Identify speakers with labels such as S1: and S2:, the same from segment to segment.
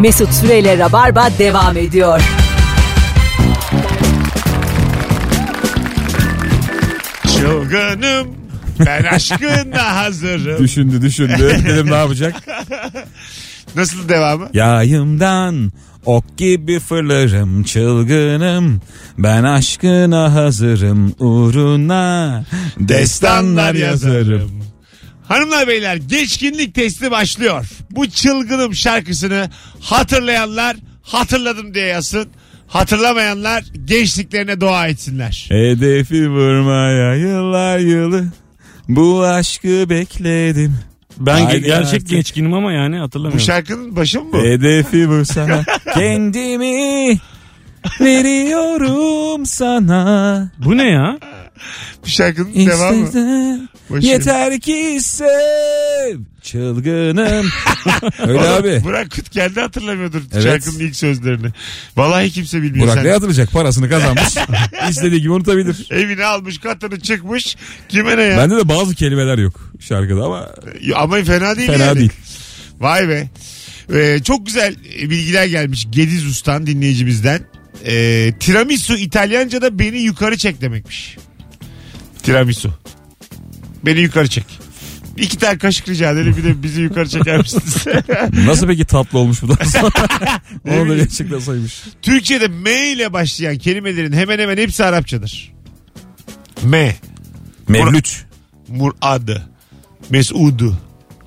S1: Mesut Süreyle Rabarba devam ediyor.
S2: Çılgınım. Ben aşkına hazırım.
S3: Düşündü düşündü. Dedim ne yapacak?
S2: Nasıl devamı?
S3: Yayımdan ok gibi fırlarım çılgınım. Ben aşkına hazırım uğruna. Destanlar yazarım.
S2: Hanımlar beyler geçkinlik testi başlıyor. Bu çılgınım şarkısını hatırlayanlar hatırladım diye yazsın. Hatırlamayanlar gençliklerine dua etsinler.
S3: Hedefi vurmaya yıllar yılı. Bu aşkı bekledim.
S4: Ben ge-
S3: Haydi
S4: gerçek
S3: artık.
S4: gençkinim ama yani hatırlamıyorum.
S2: Bu şarkının başı mı bu?
S3: Hedefi bu sana. Kendimi veriyorum sana.
S4: Bu ne ya?
S2: Bu şarkının devamı.
S3: İstesen
S2: Boşver.
S3: yeter ki sev. Çılgınım. Öyle abi.
S2: Burak Kut kendi hatırlamıyordur
S3: Evet.
S2: şarkının ilk sözlerini. Vallahi kimse bilmiyor.
S3: Burak
S2: sen.
S3: ne hatırlayacak? Parasını kazanmış. İstediği gibi unutabilir.
S2: Evini almış katını çıkmış. Kime ne ya?
S3: Bende de bazı kelimeler yok şarkıda ama
S2: Ama fena değil
S3: fena
S2: yani.
S3: değil.
S2: Vay be. Ee, çok güzel bilgiler gelmiş Gediz Usta'nın dinleyicimizden. Ee, tiramisu İtalyanca'da beni yukarı çek demekmiş. Tiramisu. Beni yukarı çek. İki tane kaşık rica edelim bir de bizi yukarı çeker misiniz?
S3: Nasıl peki tatlı olmuş bu da? Onu da
S2: bileyim.
S3: gerçekten saymış.
S2: Türkçe'de M ile başlayan kelimelerin hemen hemen hepsi Arapçadır. M.
S3: Mevlüt.
S2: Muradı. Mesudu.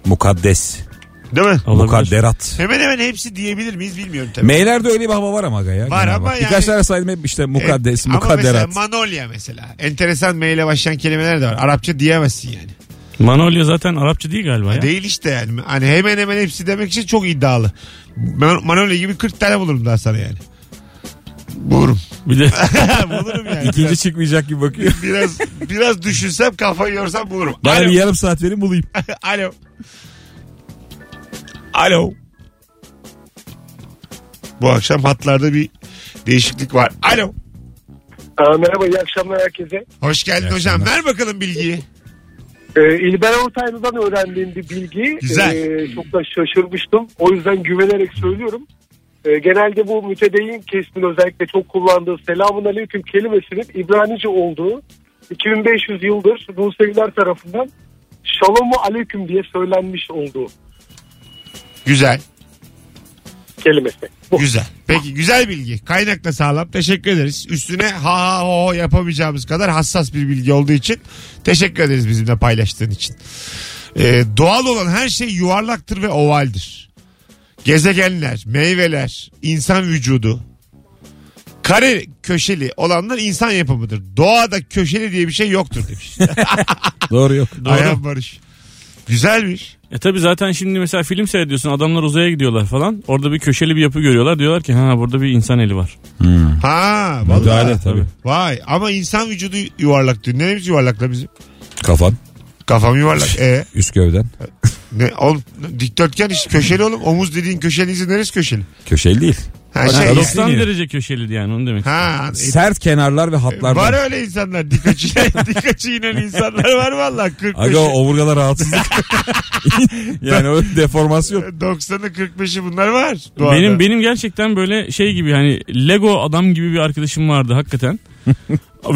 S3: Mukaddes.
S2: Değil mi?
S4: Olabilir.
S3: Mukadderat.
S2: Hemen hemen hepsi diyebilir miyiz bilmiyorum tabii.
S3: Meylerde öyle bir hava var ama aga ya.
S2: Var
S3: genel
S2: ama
S3: olarak.
S2: yani-
S3: Birkaç tane saydım hep işte mukaddes,
S2: E, Ama
S3: mukadderat.
S2: mesela Manolya mesela. Enteresan M ile başlayan kelimeler de var. Arapça diyemezsin yani.
S4: Manolya zaten Arapça değil galiba ya.
S2: Değil işte yani. Hani hemen hemen hepsi demek için çok iddialı. Man- Manolya gibi 40 tane bulurum daha sana yani. Bulurum.
S4: Bir de
S2: bulurum yani.
S3: İkinci çıkmayacak gibi bakıyor.
S2: Biraz biraz düşünsem kafayı yorsam bulurum.
S3: Bana
S2: Alo.
S3: bir yarım saat verin bulayım.
S2: Alo. Alo. Bu akşam hatlarda bir değişiklik var. Alo.
S5: Aa, merhaba iyi akşamlar herkese.
S2: Hoş geldin
S3: İyi
S2: hocam.
S3: akşamlar.
S2: Ver bakalım bilgiyi.
S5: Ee, İlber Ortaylı'dan öğrendiğim bir bilgi.
S2: Güzel.
S5: Ee, çok da şaşırmıştım. O yüzden güvenerek söylüyorum. Ee, genelde bu mütedeyyin kesimin özellikle çok kullandığı selamun aleyküm kelimesinin İbranice olduğu 2500 yıldır Museviler tarafından şalomu aleyküm diye söylenmiş olduğu
S2: Güzel.
S5: kelimesi. Bu.
S2: Güzel. Oh. Peki güzel bilgi. Kaynakla sağlam. Teşekkür ederiz. Üstüne ha ha ho ho yapamayacağımız kadar hassas bir bilgi olduğu için teşekkür ederiz bizimle paylaştığın için. Ee, doğal olan her şey yuvarlaktır ve ovaldir. Gezegenler, meyveler, insan vücudu. Kare köşeli olanlar insan yapımıdır. Doğada köşeli diye bir şey yoktur demiş.
S3: Doğru yok.
S2: Ayhan Barış. Güzelmiş.
S4: e tabi zaten şimdi mesela film seyrediyorsun adamlar uzaya gidiyorlar falan. Orada bir köşeli bir yapı görüyorlar. Diyorlar ki ha burada bir insan eli var.
S2: Ha
S3: Müdahale
S2: vallahi.
S3: tabii.
S2: Vay ama insan vücudu yuvarlak diyor. Neremiz yuvarlakla bizim?
S3: Kafan,
S2: Kafam yuvarlak. E
S3: üst gövden.
S2: ne oğlum dikdörtgen işte köşeli oğlum. Omuz dediğin köşelinizin neresi köşeli?
S3: Köşeli değil.
S2: Ha
S3: Bak,
S2: şey.
S3: adam-
S2: yani.
S4: 90
S3: yani.
S4: derece köşeli yani onu demek.
S2: Ha. e,
S3: Sert kenarlar ve
S2: var
S3: hatlar. var.
S2: öyle insanlar. Dikaçı dikaçı inen insanlar var valla. 40
S3: Aga o omurgada rahatsızlık. yani o deformasyon.
S2: 90'ı 45'i bunlar var. doğada.
S4: Benim benim gerçekten böyle şey gibi hani Lego adam gibi bir arkadaşım vardı hakikaten.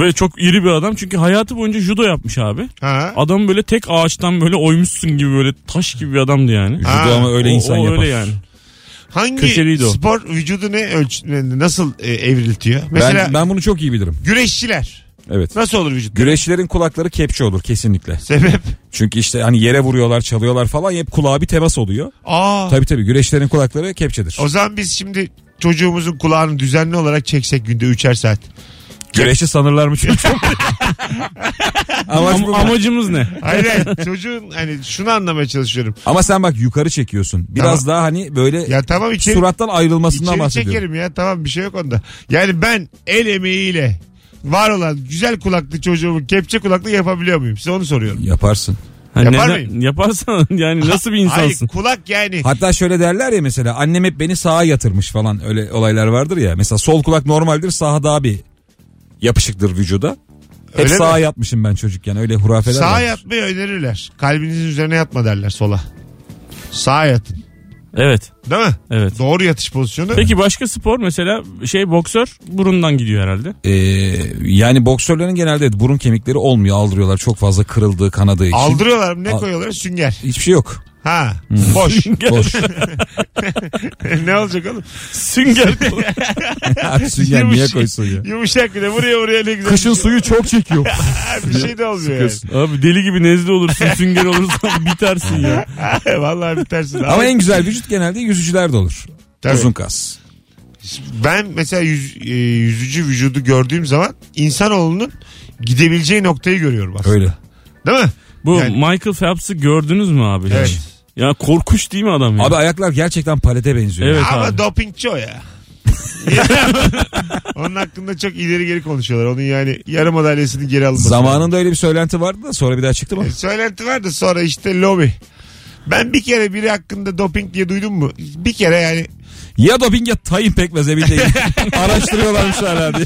S4: Ve çok iri bir adam çünkü hayatı boyunca judo yapmış abi.
S2: Ha.
S4: Adam böyle tek ağaçtan böyle oymuşsun gibi böyle taş gibi bir adamdı yani.
S3: Judo
S2: Ha,
S3: ama öyle
S4: O-
S3: insan
S4: o
S3: yapar.
S4: öyle yani.
S2: Hangi
S4: köşeliydi o.
S2: spor vücudu ne ölçü nasıl e, evriltiyor? Mesela
S3: Ben, ben bunu çok iyi bilirim.
S2: güreşçiler
S3: Evet.
S2: nasıl olur vücut?
S3: Güreşçilerin kulakları kepçe olur kesinlikle.
S2: Sebep?
S3: Çünkü işte hani yere vuruyorlar, çalıyorlar falan hep kulağa bir temas oluyor.
S2: Aa.
S3: Tabii tabii güreşçilerin kulakları kepçedir.
S2: O zaman biz şimdi çocuğumuzun kulağını düzenli olarak çeksek günde üçer saat.
S3: Güreşçi sanırlarmış. Amaç bu
S4: Am-
S3: mu?
S4: amacımız ne?
S2: Hayır hayır çocuğun hani şunu anlamaya çalışıyorum.
S3: Ama sen bak yukarı çekiyorsun. Biraz
S2: Tamam.
S3: daha hani böyle
S2: Ya tamam içeri,
S3: surattan ayrılmasından
S2: içeri
S3: bahsediyorum.
S2: çekerim ya tamam bir şey yok onda. Yani ben el emeğiyle var olan güzel kulaklı çocuğumu kepçe kulaklı yapabiliyor muyum? Size onu soruyorum.
S3: Yaparsın.
S4: Ha,
S2: Yapar
S4: neden-
S2: mıyım?
S4: Yaparsan yani nasıl bir
S2: Hayır
S4: insansın?
S2: kulak yani.
S3: Hatta şöyle derler ya mesela annem hep beni sağa yatırmış falan öyle olaylar vardır ya. Mesela sol kulak normaldir sağ daha bir yapışıktır vücuda. Hep
S2: Öyle mi?
S3: sağa yatmışım ben çocukken öyle hurafeler
S2: Sağa
S3: vardır.
S2: yatmayı önerirler. Kalbinizin üzerine yatma derler sola. Sağa yatın.
S4: Evet.
S2: Değil mi?
S4: Evet.
S2: Doğru yatış pozisyonu.
S4: Peki başka spor mesela şey boksör burundan gidiyor herhalde.
S3: Ee, yani boksörlerin genelde burun kemikleri olmuyor aldırıyorlar çok fazla kırıldığı kanadığı için.
S2: Aldırıyorlar mı? ne
S3: Al- Hmm.
S2: koyuyorlar? Sünger.
S3: Hiçbir şey yok.
S2: Ha. Boş.
S3: Boş.
S2: ne olacak oğlum?
S4: Sünger.
S3: Abi sünger niye koysun ya?
S2: Yumuşak bir de buraya buraya ne güzel.
S3: Kışın suyu çok çekiyor.
S2: bir şey de olmuyor
S3: Sıkıyorsun.
S4: Abi deli gibi nezle olursun sünger olursan bitersin ya.
S2: yani. Vallahi bitersin.
S3: Ama en güzel vücut genelde yüzücülerde olur.
S2: Tabii.
S3: Uzun kas.
S2: Ben mesela yüz, e, yüzücü vücudu gördüğüm zaman insanoğlunun gidebileceği noktayı görüyorum aslında.
S3: Öyle.
S2: Değil mi?
S4: Bu
S2: Yani-
S4: Michael Phelps'ı gördünüz mü abi? hiç?
S2: Evet.
S4: Ya korkuş değil mi adam ya?
S3: Abi ayaklar gerçekten palete benziyor.
S4: Evet.
S2: Ama
S4: abi.
S2: dopingçi o ya. Onun hakkında çok ileri geri konuşuyorlar. Onun yani yarım madalyasını geri alması.
S3: Zamanında öyle bir söylenti vardı da sonra bir daha çıktı mı?
S2: Söylenti var da sonra işte lobi. Ben bir kere biri hakkında doping diye duydum mu? Bir kere yani
S3: Ya doping ya tayin pekmez evinde. Araştırıyorlarmış hala diye.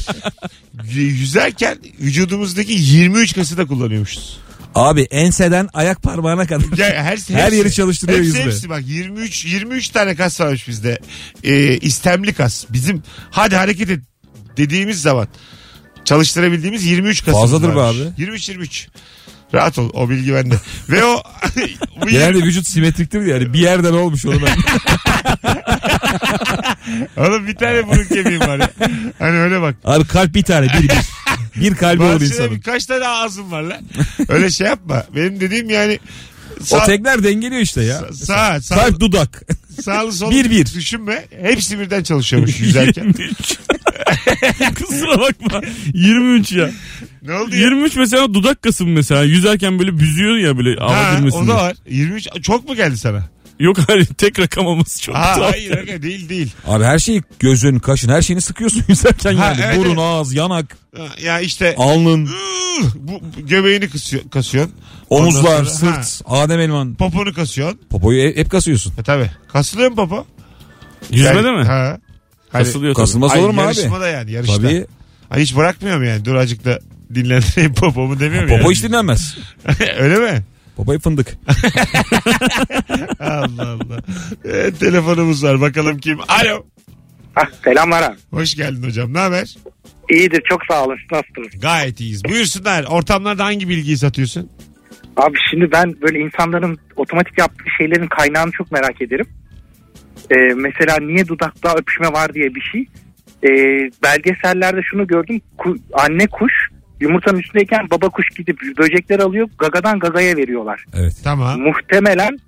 S2: y- yüzerken vücudumuzdaki 23 kası da kullanıyormuşuz.
S3: Abi enseden ayak parmağına kadar.
S2: Ya her, hepsi-
S3: Her yeri çalıştırıyor
S2: hepsi,
S3: yüzme.
S2: Hepsi bak 23 23 tane kas varmış bizde. Ee, istemli kas. Bizim hadi hareket et dediğimiz zaman çalıştırabildiğimiz 23 kas.
S3: Fazladır be abi.
S2: 23 23. Rahat ol o bilgi bende. Ve o bu
S3: Genelde vücut simetriktir yani bir yerden olmuş onu ben.
S2: Oğlum bir tane burun kemiğim var ya. Hani öyle bak.
S3: Abi kalp bir tane bir bir. Bir kalbi olur
S2: Bahçede
S3: insanın.
S2: birkaç tane ağzım var lan. Öyle şey yapma. Benim dediğim yani
S3: O
S2: sağ,
S3: tekler dengeliyor işte ya.
S2: sağ, sağ, sağ,
S3: Kalp dudak.
S2: sağlı solu
S3: Bir, bir.
S2: düşünme. Hepsi birden çalışıyormuş yüzerken.
S4: 23. Kusura bakma. 23 ya.
S2: ne oldu ya?
S4: 23 mesela dudak kasım mesela. Yüzerken böyle büzüyor ya böyle hava
S2: Ha,
S4: girmesin
S2: o da
S4: diye.
S2: var. 23 çok mu geldi sana?
S4: Yok hayır tek rakam olması çok
S2: Ha,
S4: tuhaf.
S2: hayır aga, değil değil.
S3: Abi her şeyi gözün, kaşın her şeyini sıkıyorsun yüzerken
S2: Ha,
S3: yani.
S2: evet,
S3: Burun,
S2: evet.
S3: ağız, yanak,
S2: Ha, Ya işte
S3: alnın,
S2: ıh, bu, bu göbeğini kasıyor, kasıyorsun.
S3: omuzlar,
S2: Ondan sonra-
S3: sırt, Adem Elman.
S2: Poponu kasıyorsun.
S3: Popoyu hep, hep kasıyorsun.
S2: E tabi. Kasılıyor mu popo?
S4: Yüzmede
S2: Yani-
S4: mi?
S2: Ha. Hani-
S4: Kasılıyor tabii.
S3: Kasılmaz
S2: Ay,
S3: olur mu abi?
S2: yarışmada yani yarışta.
S3: Tabii.
S2: Ay, hiç bırakmıyorum yani. Dur azıcık da dinlendireyim popomu demiyorum
S3: Popo
S2: yani.
S3: hiç dinlenmez.
S2: Öyle mi?
S3: Popoyu fındık.
S2: Allah Allah. E, telefonumuz var bakalım kim. Alo.
S6: Ah, selamlar abi.
S2: Hoş geldin hocam. Ne haber?
S6: İyidir çok sağ olun. Siz Nasılsınız?
S2: Gayet iyiyiz. Buyursunlar. Ortamlarda hangi bilgiyi satıyorsun?
S6: Abi şimdi ben böyle insanların otomatik yaptığı şeylerin kaynağını çok merak ederim. Ee, mesela niye dudakta öpüşme var diye bir şey. Ee, belgesellerde şunu gördüm. Ku- anne kuş yumurtanın üstündeyken baba kuş gidip böcekler alıyor. Gagadan gagaya veriyorlar.
S3: Evet.
S2: Tamam.
S6: Muhtemelen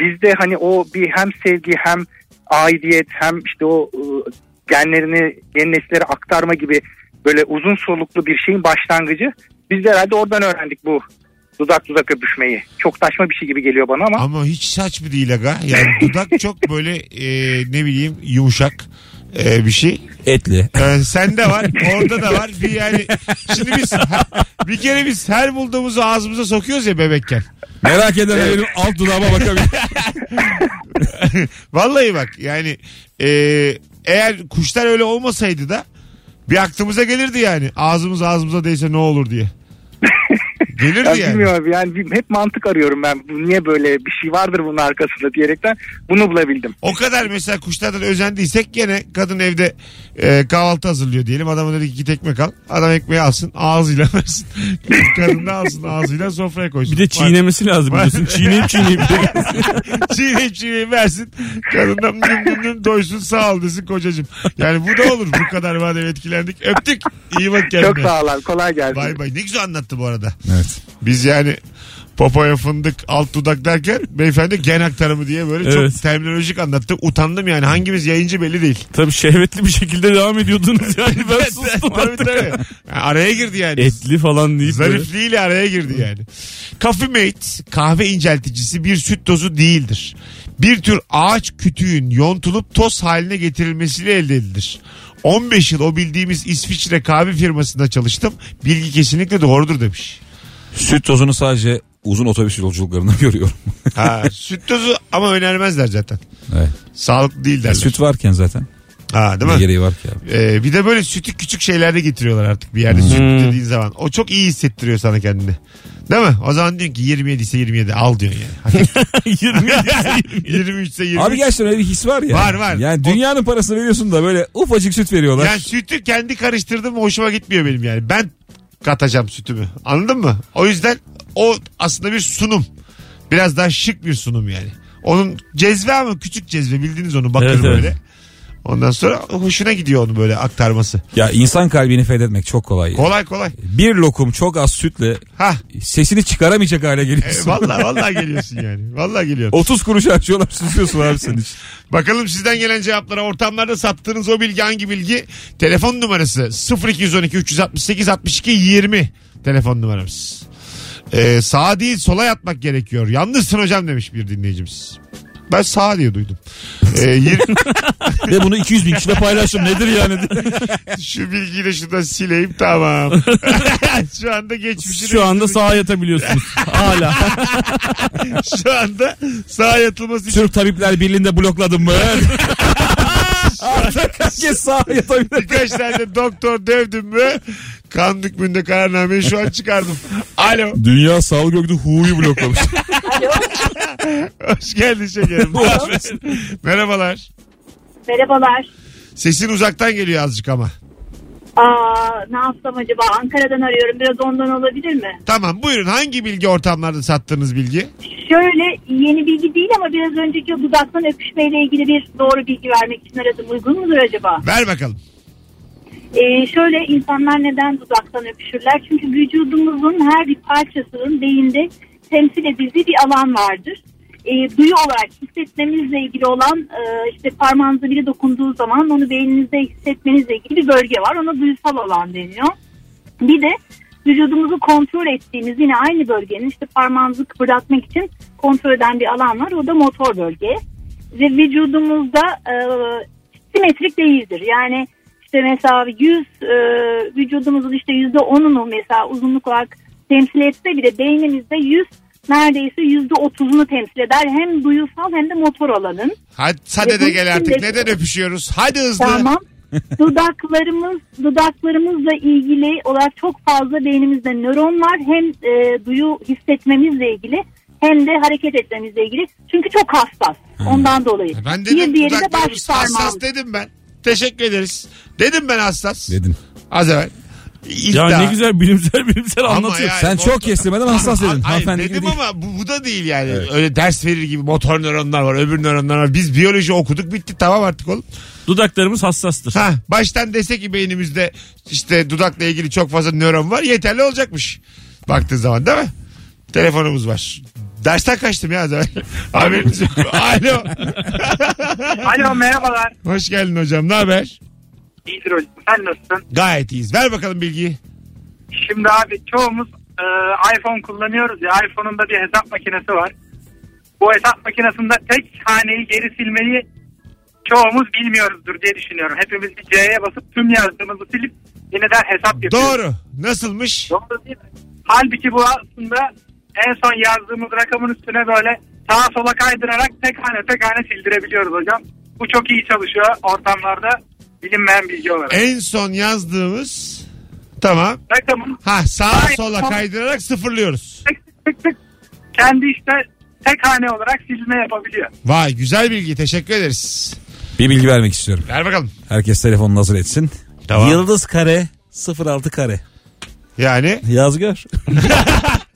S6: bizde hani o bir hem sevgi hem aidiyet hem işte o ıı, genlerini yeni nesillere aktarma gibi böyle uzun soluklu bir şeyin başlangıcı. Biz de herhalde oradan öğrendik bu dudak dudak öpüşmeyi. Çok saçma bir şey gibi geliyor bana ama
S2: Ama hiç saç mı değil aga. Yani dudak çok böyle e, ne bileyim yumuşak e, bir şey.
S3: Etli.
S2: Ee, sende var, orada da var. Bir yani şimdi biz bir kere biz her bulduğumuzu ağzımıza sokuyoruz ya bebekken.
S3: Merak eden benim alt dudağıma bakabilir.
S2: Vallahi bak yani e, eğer kuşlar öyle olmasaydı da bir aklımıza gelirdi yani. Ağzımız ağzımıza değse ne olur diye.
S6: ya
S2: Gelirdi yani.
S6: bilmiyorum abi, yani bir- hep mantık arıyorum ben. Bu Niye böyle bir şey vardır bunun arkasında diyerekten bunu bulabildim.
S2: O kadar mesela kuşlardan özendiysek gene kadın evde e, kahvaltı hazırlıyor diyelim. Adama dedi ki git ekmek al. Adam ekmeği alsın ağzıyla versin. kadın da alsın ağzıyla sofraya koysun.
S4: Bir de çiğnemesi lazım biliyorsun. Çiğneyip çiğneyip.
S2: çiğneyip çiğneyip versin. Kadından nüm nüm nüm doysun sağ ol desin kocacığım. Yani bu da olur. Bu kadar madem etkilendik. Öptük. İyi bak
S6: Çok
S2: kendine.
S6: sağ olun. Kolay gelsin.
S2: Bay bay. Ne güzel anlattı bu arada.
S3: Evet.
S2: Biz yani popoya fındık alt dudak derken beyefendi gen aktarımı diye böyle
S4: Evet.
S2: çok terminolojik anlattı. Utandım yani hangimiz yayıncı belli değil.
S4: Tabii şehvetli bir şekilde devam ediyordunuz yani ben sustum
S2: tabii
S4: artık.
S2: tabii. Yani araya girdi yani.
S4: Etli falan deyip böyle.
S2: Zarifliğiyle araya girdi yani. Coffee Mate kahve incelticisi bir süt tozu değildir. Bir tür ağaç kütüğün yontulup toz haline getirilmesiyle elde edilir. 15 yıl o bildiğimiz İsviçre kahve firmasında çalıştım. Bilgi kesinlikle doğrudur demiş.
S3: Süt tozunu sadece uzun otobüs yolculuklarında görüyorum.
S2: Ha, süt tozu ama önermezler zaten.
S3: Evet. E,
S2: Sağlıklı değil derler.
S3: Süt varken zaten.
S2: Ha, değil
S3: Ne
S2: mi?
S3: gereği var ki abi?
S2: Ee, bir de böyle sütü küçük şeylerde getiriyorlar artık bir yerde süt
S4: Hmm.
S2: dediğin zaman. O çok iyi hissettiriyor sana kendini. Değil mi? O zaman diyorsun ki 27 ise 27 al diyorsun yani.
S4: 20
S2: 23 ise 23.
S3: Abi gerçekten öyle bir his var ya.
S2: Var, var.
S3: Yani dünyanın parasını veriyorsun da böyle ufacık süt veriyorlar.
S2: Yani sütü kendi karıştırdım hoşuma gitmiyor benim yani. Ben katacağım sütümü. Anladın mı? O yüzden o aslında bir sunum. Biraz daha şık bir sunum yani. Onun cezve ama küçük cezve bildiniz onu bakır
S4: Evet, evet.
S2: böyle. Ondan sonra hoşuna gidiyor onu böyle aktarması.
S3: Ya insan kalbini fethetmek çok kolay. ya.
S2: Kolay kolay.
S3: Bir lokum çok az sütle
S2: Ha
S3: sesini çıkaramayacak hale
S2: e,
S3: geliyorsun.
S2: vallahi vallahi geliyorsun yani. Vallahi geliyorsun.
S3: 30 kuruş açıyorlar susuyorsun abi sen hiç.
S2: Bakalım sizden gelen cevaplara ortamlarda sattığınız o bilgi hangi bilgi? Telefon numarası 0212 368 62 20 telefon numaramız. Ee, sağa değil sola yatmak gerekiyor. Yanlışsın hocam demiş bir dinleyicimiz. Ben sağ diye duydum. Ee, yir-
S3: Ve bunu 200 bin kişiyle paylaştım nedir yani?
S2: şu bilgiyi de şuradan sileyim tamam. şu anda geçmişini
S4: Şu anda sağa yatabiliyorsunuz. Hala.
S2: şu anda sağa yatılması için
S3: Türk Tabipler Birliği'nde blokladım mı? Artık herkes sağa yatabilir.
S2: birkaç tane doktor dövdüm mü kan hükmünde kararnameyi şu an çıkardım. Alo.
S3: Dünya Sağlık Örgütü Hu'yu bloklamış.
S2: Hoş geldin şekerim. Merhabalar.
S7: Merhabalar.
S2: Sesin uzaktan geliyor azıcık ama.
S7: Aa, ne yapsam acaba? Ankara'dan arıyorum. Biraz ondan olabilir mi?
S2: Tamam buyurun hangi bilgi ortamlarda sattığınız bilgi?
S7: Şöyle yeni bilgi değil ama biraz önceki o dudaktan öpüşmeyle ilgili bir doğru bilgi vermek için aradım. Uygun mudur acaba?
S2: Ver bakalım.
S7: Ee, şöyle insanlar neden dudaktan öpüşürler? Çünkü vücudumuzun her bir parçasının beyinde temsil edildiği bir alan vardır. Ee, duyu olarak hissetmemizle ilgili olan e, işte parmağınıza biri dokunduğu zaman onu beyninizde hissetmenizle ilgili bir bölge var. Ona duyusal alan deniyor. Bir de vücudumuzu kontrol ettiğimiz yine aynı bölgenin işte parmağınızı kıpırdatmak için kontrol eden bir alan var. O da motor bölge. Ve vücudumuzda e, simetrik değildir. Yani işte mesela yüz e, vücudumuzun işte yüzde onunu mesela uzunluk olarak temsil etse bile beynimizde yüz neredeyse yüzde otuzunu temsil eder. Hem duyusal hem de motor alanın.
S2: Hadi sade de gel artık. Neden öpüşüyoruz? Hadi hızlı.
S7: Tamam. dudaklarımız dudaklarımızla ilgili olarak çok fazla beynimizde nöron var. Hem e, duyu hissetmemizle ilgili hem de hareket etmemizle ilgili. Çünkü çok hassas. Ondan dolayı.
S2: Hmm. E, Ben
S7: bir
S2: dedim
S7: diğeri de baş
S2: dudaklarımız hassas
S7: parmağımız.
S2: dedim ben. Teşekkür ederiz. Dedim ben hassas.
S3: Dedim.
S2: Az evvel. İz
S4: ya
S2: daha.
S4: ne güzel bilimsel bilimsel
S2: Ama
S4: anlatıyor.
S2: ya-
S3: Sen çok kestirmeden hassas
S2: Ha-
S3: dedin.
S2: hayır,
S3: Hanımefendi gibi
S2: dedim
S3: değil.
S2: ama bu, bu da değil yani. Öyle ders verir gibi motor nöronlar var, öbür nöronlar var. Biz biyoloji okuduk bitti tamam artık oğlum.
S4: Dudaklarımız hassastır.
S2: Ha, baştan dese ki beynimizde işte dudakla ilgili çok fazla nöron var yeterli olacakmış. Baktığın zaman değil mi? Telefonumuz var. Dersten kaçtım ya az evvel. Haberiniz yok. Alo.
S6: Alo merhabalar.
S2: Hoş geldin hocam. Ne haber?
S6: İyidir hocam sen nasılsın?
S2: Gayet iyiyiz. Ver bakalım bilgiyi.
S6: Şimdi abi çoğumuz e, iPhone kullanıyoruz ya iPhone'un da bir hesap makinesi var. Bu hesap makinesinde tek haneyi geri silmeyi çoğumuz bilmiyoruzdur diye düşünüyorum. Hepimiz bir C'ye basıp tüm yazdığımızı silip yeniden hesap yapıyoruz.
S2: Doğru. Nasılmış?
S6: Doğru değil mi? Halbuki bu aslında en son yazdığımız rakamın üstüne böyle sağa sola kaydırarak tek hane tek hane sildirebiliyoruz hocam. Bu çok iyi çalışıyor ortamlarda bilinmeyen bilgi olarak.
S2: En son yazdığımız tamam.
S6: Rakamın
S2: Ha sağa
S6: Hayır,
S2: sola
S6: tamam.
S2: kaydırarak sıfırlıyoruz.
S6: tık tık tık tık kendi işte tek hane olarak silme yapabiliyor.
S2: Vay güzel bilgi. Teşekkür ederiz.
S3: Bir bilgi vermek istiyorum.
S2: Ver bakalım.
S3: Herkes telefonunu hazır etsin.
S2: Tamam.
S3: Yıldız kare 06 kare.
S2: Yani
S3: Yaz gör.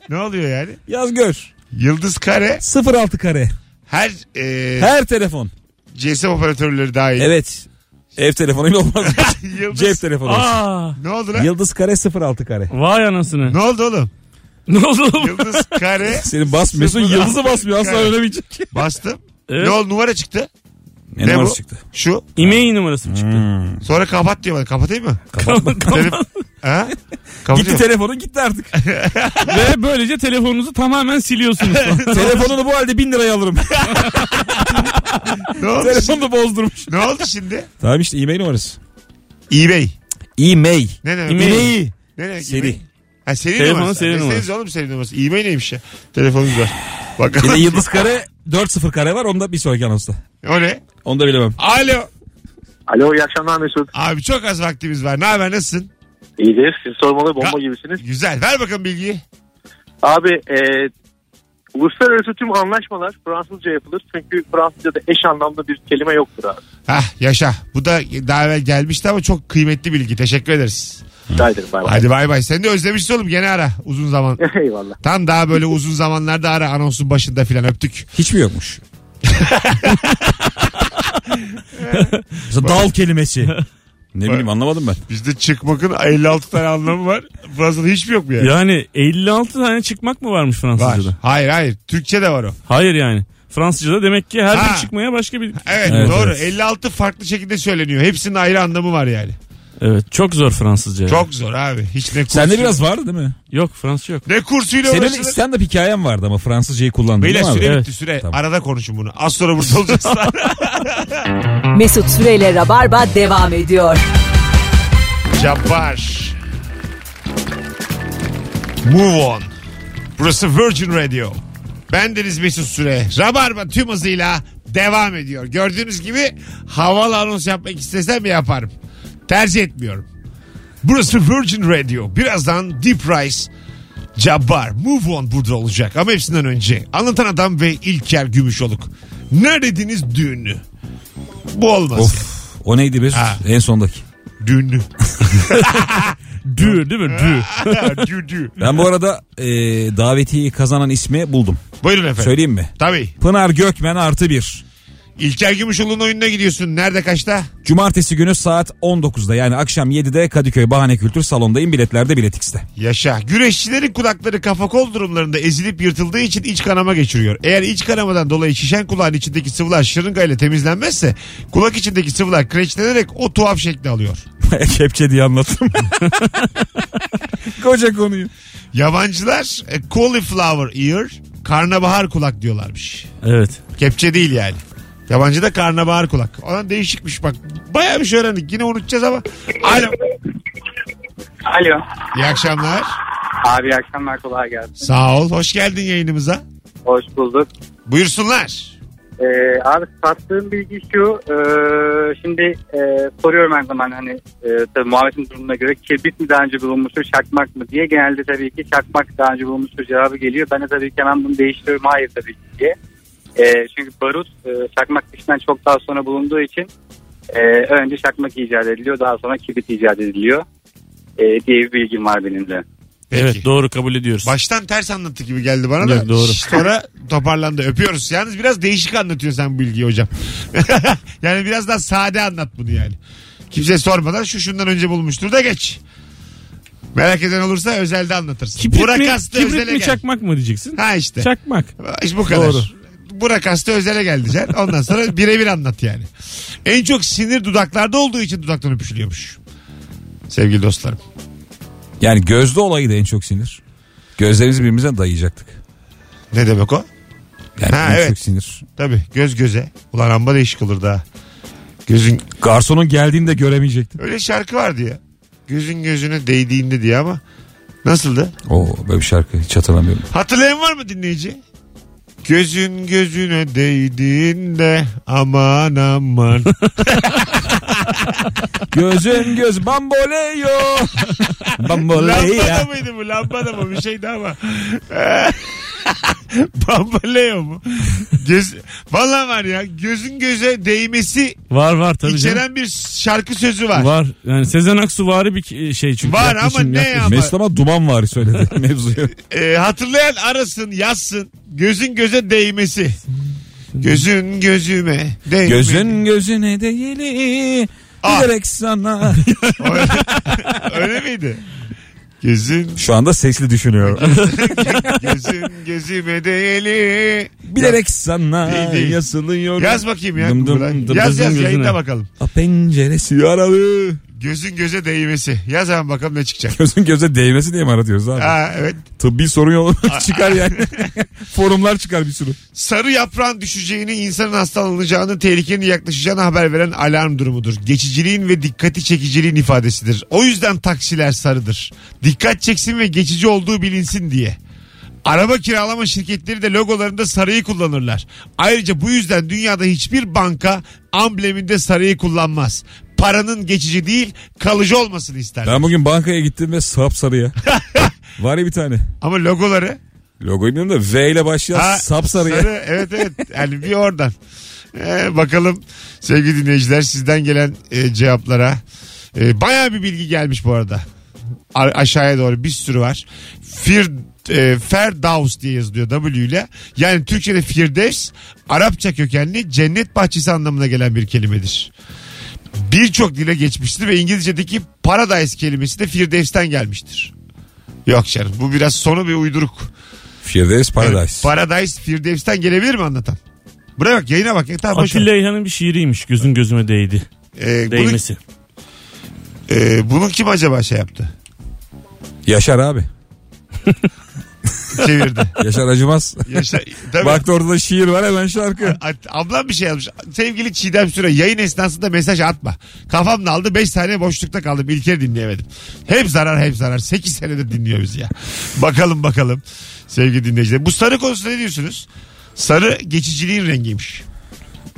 S2: ne oluyor yani?
S3: Yaz gör.
S2: Yıldız kare
S3: 06 kare.
S2: her e,
S3: Her telefon.
S2: GSM operatörleri dahil.
S3: Evet. Ev telefonuyla olmaz.
S2: Yıldız.
S3: Cep telefonu. olsun.
S4: Aa,
S2: Ne oldu lan?
S3: Yıldız kare 06 kare.
S4: vay anasını.
S2: Ne oldu oğlum?
S4: Ne oldu oğlum?
S2: Yıldız kare
S3: Senin basmıyorsun
S2: Sıfır
S3: yıldızı
S2: altı
S3: basmıyor asla
S2: kare.
S3: ölemeyecek.
S2: bastım.
S4: Evet.
S2: Ne oldu numara çıktı?
S3: Ne,
S2: ne
S3: numarası
S2: bu?
S3: çıktı?
S2: Şu.
S4: İmeği numarası mı çıktı?
S3: Hmm.
S2: Sonra kapat diyor bana. Kapatayım mı? Telef- ha?
S3: Gitti
S2: Kapatayım mı?
S3: telefonun gitti artık.
S4: Ve böylece telefonunuzu tamamen siliyorsunuz.
S3: Telefonunu bu halde bin liraya alırım.
S2: Ne oldu? şimdi?
S3: Telefonunu bozdurmuş.
S2: Ne oldu şimdi?
S3: Tamam işte e-mail numarası.
S2: eBay.
S3: E-mail.
S2: Ne demek?
S4: E-mail.
S2: E-mail. Ne demek?
S3: Seri.
S2: e-mail? Ha seri
S4: Telefonun
S2: numarası.
S4: seri
S2: Deseniz
S4: numarası.
S2: oğlum seri numarası. E-mail neymiş ya? Telefonumuz var. Bak.
S3: Bir de yıldız kare 40 kare var onda bir sonraki anonsta.
S2: o ne?
S3: Onu da bilemem.
S2: Alo.
S5: Alo iyi akşamlar Mesut.
S2: Abi çok az vaktimiz var. Ne haber nasılsın?
S5: İyidir. Siz sormalı bomba
S2: Ya-
S5: gibisiniz.
S2: Güzel. Ver bakalım bilgiyi.
S5: Abi e, uluslararası tüm anlaşmalar Fransızca yapılır. Çünkü Fransızca'da eş anlamlı bir kelime yoktur abi.
S2: Hah yaşa. Bu da daha evvel gelmişti ama çok kıymetli bilgi. Teşekkür ederiz.
S5: Rica ederim. Bay bay.
S2: Hadi bay bay. Seni de özlemişiz oğlum. Gene ara. Uzun zaman.
S5: Eyvallah.
S2: Tam daha böyle uzun zamanlarda ara anonsun başında filan öptük.
S3: Hiç mi yokmuş? Mesela dal kelimesi. Ne bileyim anlamadım ben.
S2: Bizde çıkmakın 56 tane anlamı var. Fransa'da hiçbir yok mu yani?
S4: Yani 56 tane çıkmak mı varmış
S2: var.
S4: Fransızca'da?
S2: Hayır hayır. Türkçe de var o.
S4: Hayır yani. Fransızca'da demek ki her
S2: Ha.
S4: bir çıkmaya başka bir...
S2: Evet,
S4: Evet,
S2: doğru.
S4: evet.
S2: 56 farklı şekilde söyleniyor. Hepsinin ayrı anlamı var yani.
S4: Evet çok zor Fransızca.
S2: Çok zor abi. Hiç ne kursu.
S3: Sende biraz vardı değil mi?
S4: Yok Fransızca yok.
S2: Ne kursuyla
S3: Senin
S2: uğraşılır?
S3: stand-up hikayen vardı ama Fransızcayı kullandın
S2: Beyler
S3: değil mi abi?
S2: süre
S4: Evet.
S2: bitti süre.
S3: Tamam.
S2: Arada konuşun bunu. Az sonra burada olacağız.
S1: Mesut Süreyle Rabarba devam ediyor.
S2: Cabbar. Move on. Burası Virgin Radio. Ben Deniz Mesut Süre. Rabarba tüm hızıyla devam ediyor. Gördüğünüz gibi havalı anons yapmak istesem yaparım. Tercih etmiyorum. Burası Virgin Radio. Birazdan Deep Rice Cabbar, Move On burada olacak. Ama hepsinden önce Anlatan Adam ve İlker Gümüşoluk. Nerediniz düğünü? Bu olmaz.
S3: Of o neydi Mesut?
S2: Ha.
S3: En sondaki.
S2: Düğünü.
S4: Dü değil mi? Dü.
S2: Dü dü.
S3: Ben bu arada e, davetiyi kazanan ismi buldum.
S2: Buyurun efendim.
S3: Söyleyeyim mi?
S2: Tabii.
S3: Pınar Gökmen artı bir.
S2: İlker Gümüşoğlu'nun oyununa gidiyorsun. Nerede kaçta?
S3: Cumartesi günü saat 19'da yani akşam 7'de Kadıköy Bahane Kültür Salonu'ndayım. Biletlerde Bilet X'te.
S2: Yaşa. Güreşçilerin kulakları kafa kol durumlarında ezilip yırtıldığı için iç kanama geçiriyor. Eğer iç kanamadan dolayı şişen kulağın içindeki sıvılar şırınga ile temizlenmezse kulak içindeki sıvılar kireçlenerek o tuhaf şekli alıyor.
S3: Kepçe diye anlattım. Koca konuyu.
S2: Yabancılar e, cauliflower ear, karnabahar kulak diyorlarmış.
S4: Evet.
S2: Kepçe değil yani. Yabancı da karnabahar kulak. Olan değişikmiş bak. Bayağı bir şey öğrendik. Yine unutacağız ama. Alo.
S6: Alo.
S2: İyi akşamlar.
S6: Abi iyi akşamlar kolay gelsin.
S2: Sağ ol. Hoş geldin yayınımıza.
S6: Hoş bulduk.
S2: Buyursunlar.
S6: Ee, abi sattığım bilgi şu. ee, şimdi ee, soruyorum her zaman hani ee, tabii muhabbetin durumuna göre kibrit mi daha önce bulunmuştur şakmak mı diye. Genelde tabii ki şakmak daha önce bulunmuştur cevabı geliyor. Ben de tabii ki hemen bunu değiştiriyorum hayır tabii ki diye. Ee, çünkü barut ee, şakmak dışından çok daha sonra bulunduğu için ee, önce şakmak icat ediliyor daha sonra kibrit icat ediliyor ee, diye bir bilgim var benim de.
S2: Peki.
S4: Evet doğru kabul ediyoruz.
S2: Baştan ters anlattı gibi geldi bana da.
S4: Evet, doğru.
S2: Şş, Sonra toparlandı. Öpüyoruz. Yalnız biraz değişik anlatıyorsun sen bu bilgiyi hocam. yani biraz daha sade anlat bunu yani. Kimseye sormadan şu şundan önce bulmuştur da geç. Merak eden olursa özelde anlatırsın.
S4: Kibrit
S2: Burak
S4: mi,
S2: Aslı
S4: kibrit
S2: özele
S4: mi
S2: gel.
S4: çakmak mı diyeceksin?
S2: Ha işte.
S4: Çakmak.
S2: İşte bu kadar.
S4: Doğru.
S2: Burak Aslı özele geldi Can. Ondan sonra birebir anlat yani. En çok sinir dudaklarda olduğu için dudaktan öpüşülüyormuş. Sevgili dostlarım.
S3: Yani gözde olayı da en çok sinir. Gözlerimizi birbirimize dayayacaktık.
S2: Ne demek o?
S3: Yani
S2: Ha,
S3: en
S2: evet.
S3: çok sinir.
S2: Tabii göz göze. Ulan amba değişik olur daha. Gözün
S3: Garsonun geldiğini de göremeyecektim.
S2: öyle şarkı vardı ya. Gözün gözüne değdiğinde diye ama nasıldı?
S3: Oo böyle bir şarkı hiç hatırlamıyorum.
S2: Hatırlayan var mı dinleyici? Gözün gözüne değdiğinde aman aman.
S3: Gözüm göz bamboleyo.
S2: Lambada
S3: Bamboleyo.
S2: mıydı bu? Lambada mı? Bir şeydi ama. Bambaleo mu? Göz... Valla var ya gözün göze değmesi
S4: Var var tabii canım.
S2: içeren bir şarkı sözü var.
S4: Var. Yani Sezen Aksu vari bir şey çünkü.
S2: Var ama
S4: yaklaşım,
S2: ne
S4: yaklaşım.
S2: ya?
S3: Mesut ama duman var söyledi mevzuyu.
S2: Ee, hatırlayan arasın yazsın gözün göze değmesi. Gözün gözüme değmedi.
S3: Gözün gözüne değil.
S2: Ah.
S3: Bilerek sana.
S2: Öyle, öyle miydi? Gözün
S3: Şu anda sesli düşünüyorum.
S2: gözün gözüme değeli.
S3: Bilerek sana
S2: Değil, değil.
S3: yasılıyorum.
S2: Yaz bakayım ya.
S3: Dım dım
S2: Google'a.
S3: dım
S2: yaz
S4: dım
S2: yaz
S4: gözüne.
S2: yayında bakalım.
S3: A penceresi yaralı.
S2: Gözün göze değmesi. Yaz hemen bakalım ne çıkacak.
S3: Gözün göze değmesi diye mi aratıyoruz abi?
S2: Aa, evet.
S3: Tıbbi sorun yok çıkar yani. Forumlar çıkar bir sürü.
S2: Sarı yaprağın düşeceğini, insanın hastalanacağını, tehlikenin yaklaşacağını haber veren alarm durumudur. Geçiciliğin ve dikkati çekiciliğin ifadesidir. O yüzden taksiler sarıdır. Dikkat çeksin ve geçici olduğu bilinsin diye. Araba kiralama şirketleri de logolarında sarıyı kullanırlar. Ayrıca bu yüzden dünyada hiçbir banka ambleminde sarıyı kullanmaz. Paranın geçici değil kalıcı olmasını ister.
S3: Ben bugün bankaya gittim ve sapsarıya. Var ya bir tane.
S2: Ama logoları
S3: Logoyu bilmiyorum da V ile başlayan
S2: Ha,
S3: sapsarıya.
S2: Sarı, evet evet. Yani bir oradan. Ee, bakalım sevgili dinleyiciler sizden gelen e, cevaplara. E, Baya bir bilgi gelmiş bu arada. A- aşağıya doğru bir sürü var. Fir, e, Ferdaus diye yazılıyor W ile. Yani Türkçe'de Firdevs Arapça kökenli cennet bahçesi anlamına gelen bir kelimedir. Birçok dile geçmiştir ve İngilizce'deki paradise kelimesi de Firdevs'ten gelmiştir. Yok canım bu biraz sonu bir uyduruk.
S3: Firdevs
S2: Evet,
S3: Paradise.
S2: Paradise Firdevs'ten gelebilir mi anlatan? Buraya bak yayına bak. ya, Tamam, boş ver.
S4: Atilla İlhan'ın bir şiiriymiş gözün gözüme değdi.
S2: Ee, bunu,
S4: Değmesi.
S2: e, bunu kim acaba şey yaptı?
S3: Yaşar abi.
S2: Çevirdi.
S3: Yaşar Acımaz.
S2: Yaşa, tabii.
S3: Baktı orada da şiir var hemen şarkı.
S2: At- Ablam bir şey yazmış. Sevgili Çiğdem Süre yayın esnasında mesaj atma. Kafam daldı 5 saniye boşlukta kaldım. İlker'i dinleyemedim. Hep zarar hep zarar. 8 senedir dinliyor bizi ya. Bakalım bakalım sevgili dinleyiciler. Bu sarı konusunda ne diyorsunuz? Sarı geçiciliğin rengiymiş.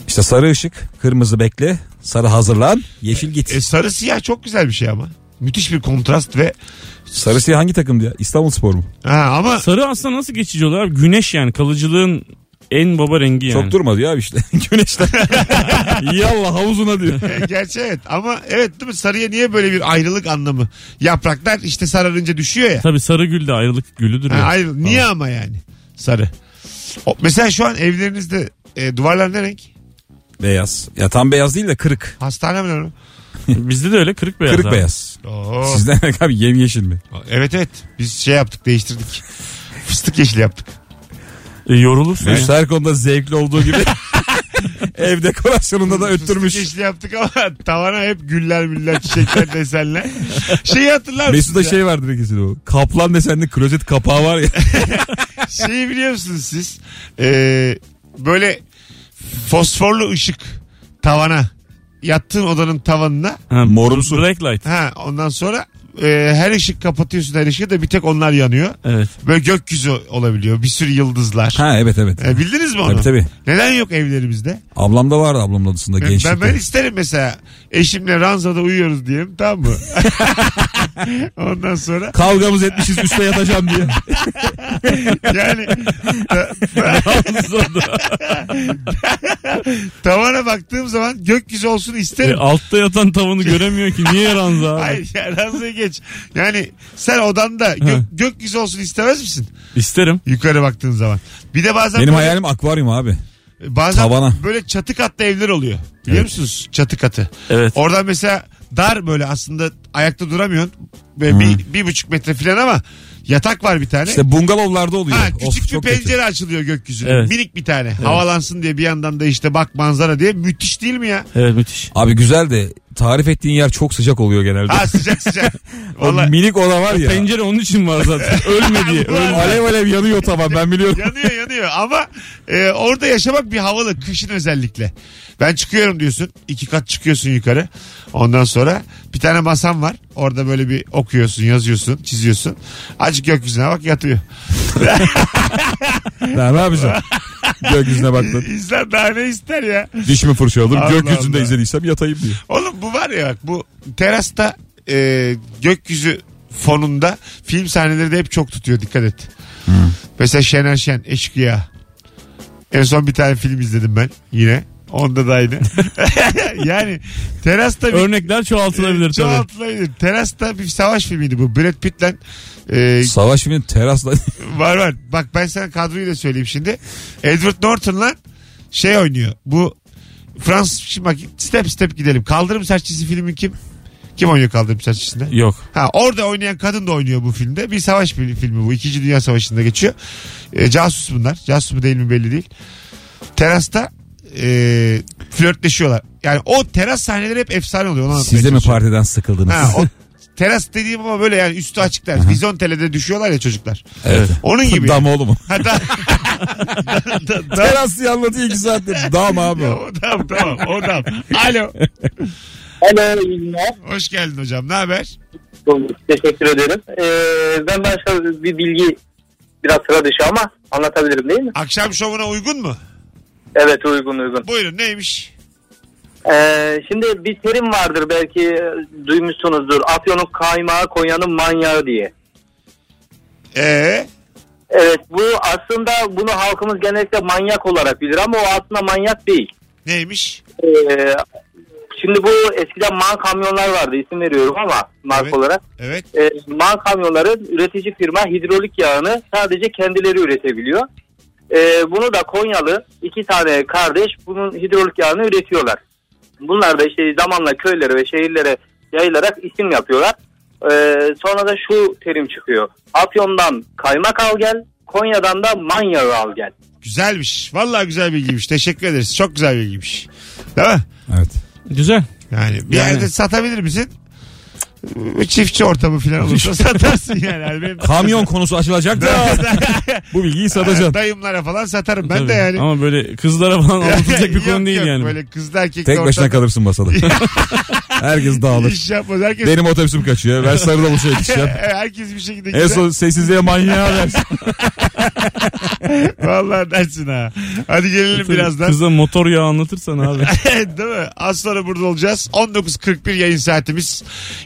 S3: İşte sarı ışık, kırmızı bekle, sarı hazırlan, yeşil
S2: E,
S3: git.
S2: sarı siyah çok güzel bir şey ama. Müthiş bir kontrast ve
S3: Sarı siyah hangi takımdı ya? İstanbul Spor mu?
S2: ha, ama
S4: Sarı aslında nasıl geçici oluyor abi? Güneş yani kalıcılığın en baba rengi yani.
S3: Çok durmadı ya işte. Güneşten. Yallah havuzuna diyor.
S2: E, Gerçi evet ama evet değil mi sarıya niye böyle bir ayrılık anlamı? Yapraklar işte sararınca düşüyor ya.
S4: Tabii sarı gül de ayrılık gülüdür.
S2: Ha,
S4: ya.
S2: ayrı- niye ama yani sarı? O, mesela şu an evlerinizde e, duvarlar ne renk?
S3: Beyaz. Ya tam beyaz değil de kırık.
S2: Hastane mi lan o?
S4: Bizde de öyle kırık beyaz.
S3: Kırık
S4: abi.
S3: beyaz.
S2: Oo.
S3: Sizden ne abi yemyeşil mi?
S2: Evet evet biz şey yaptık değiştirdik. Fıstık yeşili yaptık.
S4: E, yorulursun. ya.
S3: Mesut her konuda zevkli olduğu gibi ev dekorasyonunda da
S2: Fıstık
S3: öttürmüş.
S2: yeşili yaptık ama tavana hep güller müller çiçekler desenler. Şeyi hatırlar
S3: Mesut'ta
S2: mısınız? ya?
S3: şey vardır ikisi o. Kaplan desenli klozet kapağı var ya.
S2: Şeyi biliyor musunuz siz? Ee, böyle fosforlu ışık tavana yattığın odanın tavanına
S4: Ha,
S3: Morumsu.
S4: Black light.
S2: ha ondan sonra e, her ışık kapatıyorsun her ışığı da bir tek onlar yanıyor.
S4: Evet.
S2: Böyle gökyüzü olabiliyor. Bir sürü yıldızlar.
S3: ha evet evet.
S2: E, bildiniz mi onu?
S3: Tabii tabii.
S2: Neden yok evlerimizde?
S3: Ablamda vardı ablamın adısında
S2: Ben, ben,
S3: gençlikte.
S2: ben isterim mesela eşimle ranzada uyuyoruz diyelim tamam mı? Ondan sonra
S3: Kavgamız etmişiz üste yatacağım diye.
S2: yani ta- ta- tavana baktığım zaman gökyüzü olsun
S4: E,
S2: isterim.
S4: altta yatan tavanı göremiyor ki. Niye ranza abi?
S2: Hayır ya ranzaya geç. Yani sen odanda gök, gökyüzü olsun istemez misin?
S4: İsterim.
S2: Yukarı baktığın zaman. Bir de bazen
S3: Benim
S2: böyle,
S3: hayalim akvaryum abi.
S2: bazen
S3: tavana.
S2: böyle çatı katlı evler oluyor. Biliyor musunuz? Çatı katı.
S4: Evet.
S2: Oradan mesela dar böyle aslında ayakta duramıyorsun. Böyle bir, bir buçuk metre falan ama yatak var bir tane.
S3: İşte bungalovlarda oluyor.
S2: Ha,
S3: Of,
S2: küçük bir
S3: çok
S2: pencere
S3: kötü.
S2: açılıyor gökyüzüne.
S4: Evet.
S2: Minik bir tane. Havalansın diye bir yandan da işte bak manzara diye. Müthiş değil mi ya?
S4: Evet müthiş.
S3: Abi güzel de tarif ettiğin yer çok sıcak oluyor genelde.
S2: Ha sıcak sıcak.
S3: O
S2: Vallahi
S3: minik oda var ya.
S4: Pencere onun için var zaten. Ölme diye.
S3: Böyle
S4: Ölme.
S3: alev alev yanıyor taban ben biliyorum.
S2: yanıyor yanıyor ama e, orada yaşamak bir havalı kışın özellikle. Ben çıkıyorum diyorsun iki kat çıkıyorsun yukarı ondan sonra bir tane masam var orada böyle bir okuyorsun yazıyorsun çiziyorsun azıcık gökyüzüne bak yatıyor.
S3: Ben ne yapacağım? Gökyüzüne baktım.
S2: İnsan daha ne ister ya?
S3: Dişimi fırçaladım.
S2: Allah
S3: Gökyüzünde
S2: Allah.
S3: izlediysem yatayım diye.
S2: Oğlum bu var ya bak bu terasta e, gökyüzü fonunda film sahneleri de hep çok tutuyor dikkat et. Mesela Şener Şen Eşkıya. En son bir tane film izledim ben yine. Onda da aynı. yani terasta bir
S4: Örnekler çoğaltılabilir tabii.
S2: çoğaltılabilir. Terasta bir savaş filmiydi bu. Brad Pitt'le e,
S3: Savaş filmin terasla
S2: var var. Bak ben sana kadroyu da söyleyeyim şimdi. Edward Norton'la şey oynuyor. Bu Fransız şimdi bak step step gidelim. Kaldırım serçesi filmi kim? Kim oynuyor kaldırım serçesinde?
S4: Yok.
S2: Ha orada oynayan kadın da oynuyor bu filmde. Bir savaş fil- filmi bu. İkinci Dünya Savaşı'nda geçiyor. E, casus bunlar. Casus mu değil mi belli değil. Terasta e, flörtleşiyorlar. Yani o teras sahneleri hep efsane oluyor. Onu anlatmaya
S3: siz de mi
S2: çalışıyorum.
S3: partiden sıkıldınız?
S2: Ha, o teras dediğim ama böyle yani üstü açıklar. Vizontele'de düşüyorlar ya çocuklar.
S3: Evet.
S2: Onun gibi.
S3: Dam oğlum.
S2: Ha, da- da- da- da-
S3: Teras diye anlatıyor iki saattir. Dam abi o.
S2: o dam tamam o dam. Alo.
S8: Alo iyi günler.
S2: Hoş geldin hocam. Ne haber?
S8: Teşekkür ederim. Ee, ben başka E, bir bilgi biraz sıra dışı ama anlatabilirim değil mi?
S2: Akşam şovuna uygun mu?
S8: Evet uygun uygun.
S2: Buyurun neymiş?
S8: Ee, şimdi bir terim vardır belki e, duymuşsunuzdur. Afyon'un kaymağı Konya'nın manyağı diye.
S2: Ee,
S8: Evet bu aslında bunu halkımız genellikle manyak olarak bilir ama o aslında manyak değil.
S2: neymiş?
S8: Ee, şimdi bu eskiden man kamyonlar vardı isim veriyorum ama marka
S2: Evet.
S8: olarak.
S2: Evet.
S8: e, man kamyonları üretici firma hidrolik yağını sadece kendileri üretebiliyor. E, bunu da Konyalı iki tane kardeş bunun hidrolik yağını üretiyorlar. Bunlar da işte zamanla köylere ve şehirlere yayılarak isim yapıyorlar. E, sonra da şu terim çıkıyor. Afyon'dan kaymak al gel, Konya'dan da manyağı al gel.
S2: Güzelmiş. Vallahi güzel bilgiymiş. Teşekkür ederiz. Çok güzel bilgiymiş. Değil mi?
S3: Evet.
S4: Güzel.
S2: Yani bir
S4: Yani.
S2: yerde satabilir misin? Çiftçi ortamı falan olursa satarsın yani. yani benim...
S3: Kamyon konusu açılacak da bu bilgiyi satacaksın.
S2: Dayımlara falan satarım ben
S4: Tabii.
S2: de yani.
S4: Ama böyle kızlara falan anlatılacak bir
S2: Yok,
S4: konu değil
S2: yok.
S4: yani.
S2: Böyle kızlı erkekli
S3: Tek başına kalırsın masada. Herkes dağılır.
S2: İş yapmaz. Herkes,
S3: Benim otobüsüm kaçıyor. Ben sarıda bu şey yetişeceğim.
S2: herkes bir şekilde
S3: En
S2: gider.
S3: son sessizliğe manyağı dersin.
S2: Vallahi dersin ha. Hadi gelelim
S4: Tabii,
S2: birazdan.
S4: Kıza motor yağı anlatırsan abi.
S2: Değil mi? Az sonra burada olacağız. 19.41 yayın saatimiz.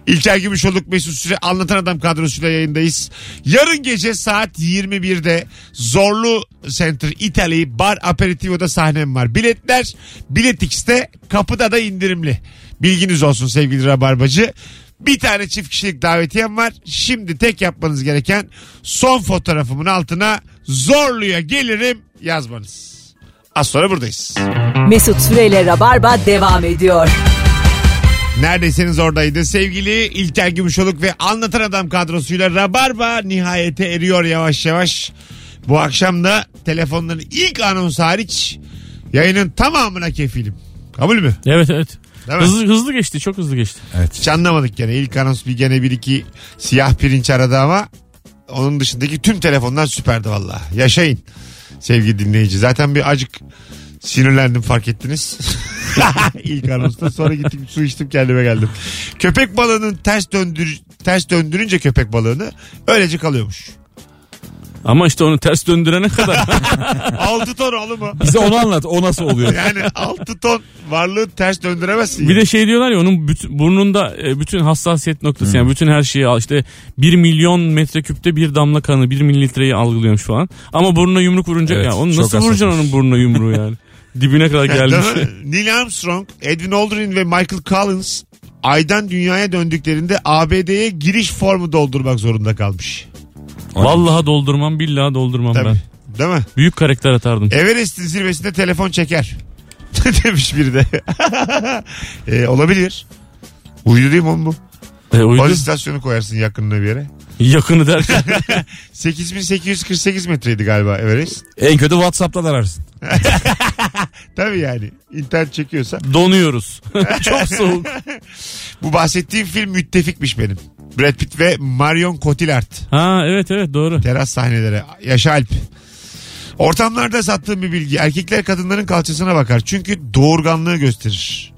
S2: İlker Gümüşoluk Mesut Süre Anlatan Adam kadrosuyla yayındayız. Yarın gece saat 21'de Zorlu Center Italy Bar Aperitivo'da sahnem var. Biletler Bilet X'te kapıda da indirimli. Bilginiz olsun sevgili Rabarbacı. Bir tane çift kişilik davetiyem var. Şimdi tek yapmanız gereken son fotoğrafımın altına Zorlu'ya gelirim yazmanız. Az sonra buradayız.
S1: Mesut Süreyle Rabarba devam ediyor.
S2: Neredeyseniz oradaydı. Sevgili İlker Gümüşoluk ve Anlatan Adam kadrosuyla Rabarba nihayete eriyor yavaş yavaş. Bu akşam da telefonların ilk anons hariç yayının tamamına kefilim. Kabul mü?
S4: evet evet.
S2: Değil mi?
S4: Hızlı, hızlı geçti çok hızlı geçti.
S2: Hiç anlamadık gene. İlk anons bir gene bir iki siyah pirinç aradı ama onun dışındaki tüm telefonlar süperdi valla. Yaşayın sevgili dinleyici. Zaten bir acık sinirlendim fark ettiniz. İlk anonsta sonra gittim su içtim kendime geldim. Köpek balığının ters döndür ters döndürünce köpek balığını öylece kalıyormuş.
S4: Ama işte onu ters döndürene kadar.
S2: 6 ton oğlum o.
S3: Bize onu anlat. O nasıl oluyor?
S2: Yani 6 ton varlığı ters döndüremezsin.
S4: bir de şey diyorlar ya onun bütün, burnunda e, bütün hassasiyet
S2: Hmm.
S4: noktası yani bütün her şeyi al işte 1 milyon metreküpte bir damla kanı 1 mililitreyi algılıyormuş falan. Ama burnuna yumruk vurunca
S3: Evet,
S4: ya onu
S3: çok
S4: nasıl vuracaksın
S3: hassasmış.
S4: onun burnuna yumruğu yani. Dibine kadar gelmiş.
S2: Değil mi? Neil Armstrong, Edwin Aldrin ve Michael Collins aydan dünyaya döndüklerinde ABD'ye giriş formu doldurmak zorunda kalmış.
S4: Vallahi doldurmam billahi doldurmam
S2: Tabii.
S4: ben.
S2: Değil mi?
S4: Büyük karakter atardım.
S2: Everest'in zirvesinde telefon çeker. Demiş biri de. E, olabilir. Uydurayım onu mu?
S4: E, uydu.
S2: Polis istasyonu koyarsın yakınına bir yere.
S4: Yakını derken.
S2: 8848 metreydi galiba Everest.
S3: En kötü Whatsapp'tan ararsın.
S2: Tabii yani. İnternet çekiyorsa.
S4: Donuyoruz. Çok soğuk.
S2: Bu bahsettiğim film müttefikmiş benim. Brad Pitt ve Marion Cotillard.
S4: Ha evet evet doğru.
S2: Teras sahnelere. Yaşa Alp. Ortamlarda sattığım bir bilgi. Erkekler kadınların kalçasına bakar. Çünkü doğurganlığı gösterir.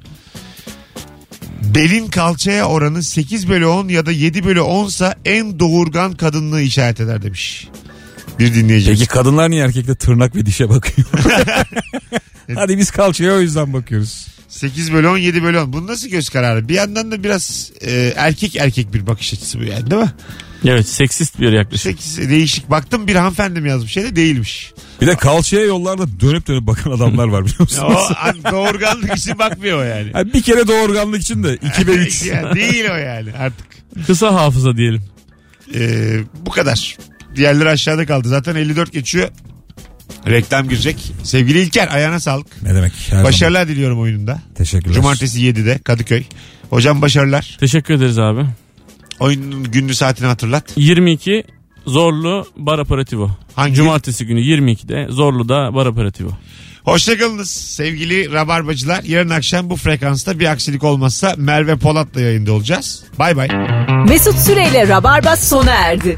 S2: Belin kalçaya oranı 8 bölü 10 ya da 7 bölü 10 sa en doğurgan kadınlığı işaret eder demiş. Bir dinleyici.
S3: Peki kadınlar niye erkekte tırnak ve dişe bakıyor? Hadi biz kalçaya o yüzden bakıyoruz.
S2: 8 bölü 10, 7 bölü 10. Bu nasıl göz kararı? Bir yandan da biraz e, erkek erkek bir bakış açısı bu yani değil mi?
S4: Evet seksist bir yaklaşım.
S2: 8 değişik. Baktım bir hanımefendim yazmış. Şey de değilmiş.
S3: Bir de kalçaya yollarda dönüp dönüp bakan adamlar var biliyor
S2: O
S3: musunuz?
S2: an- doğurganlık için bakmıyor o yani.
S3: Ha, bir kere doğurganlık için de 2 ve 3.
S2: Yani değil o yani artık.
S4: Kısa hafıza diyelim.
S2: Ee, bu kadar. Diğerleri aşağıda kaldı. Zaten 54 geçiyor. Reklam girecek. Sevgili İlker ayağına sağlık.
S3: Ne demek? Her
S2: başarılar diliyorum oyununda.
S3: zaman. Teşekkürler.
S2: Cumartesi 7'de Kadıköy. Hocam başarılar.
S4: Teşekkür ederiz abi.
S2: Oyunun gününü saatini hatırlat.
S4: 22 Zorlu Bar Aperitivo.
S2: Hangi?
S4: Cumartesi günü 22'de Zorlu'da Bar Aperitivo.
S2: Hoşçakalınız sevgili Rabarbacılar. Yarın akşam bu frekansta bir aksilik olmazsa Merve Polat'la yayında olacağız. Bay bay.
S1: Mesut Süreyle Rabarba sona erdi.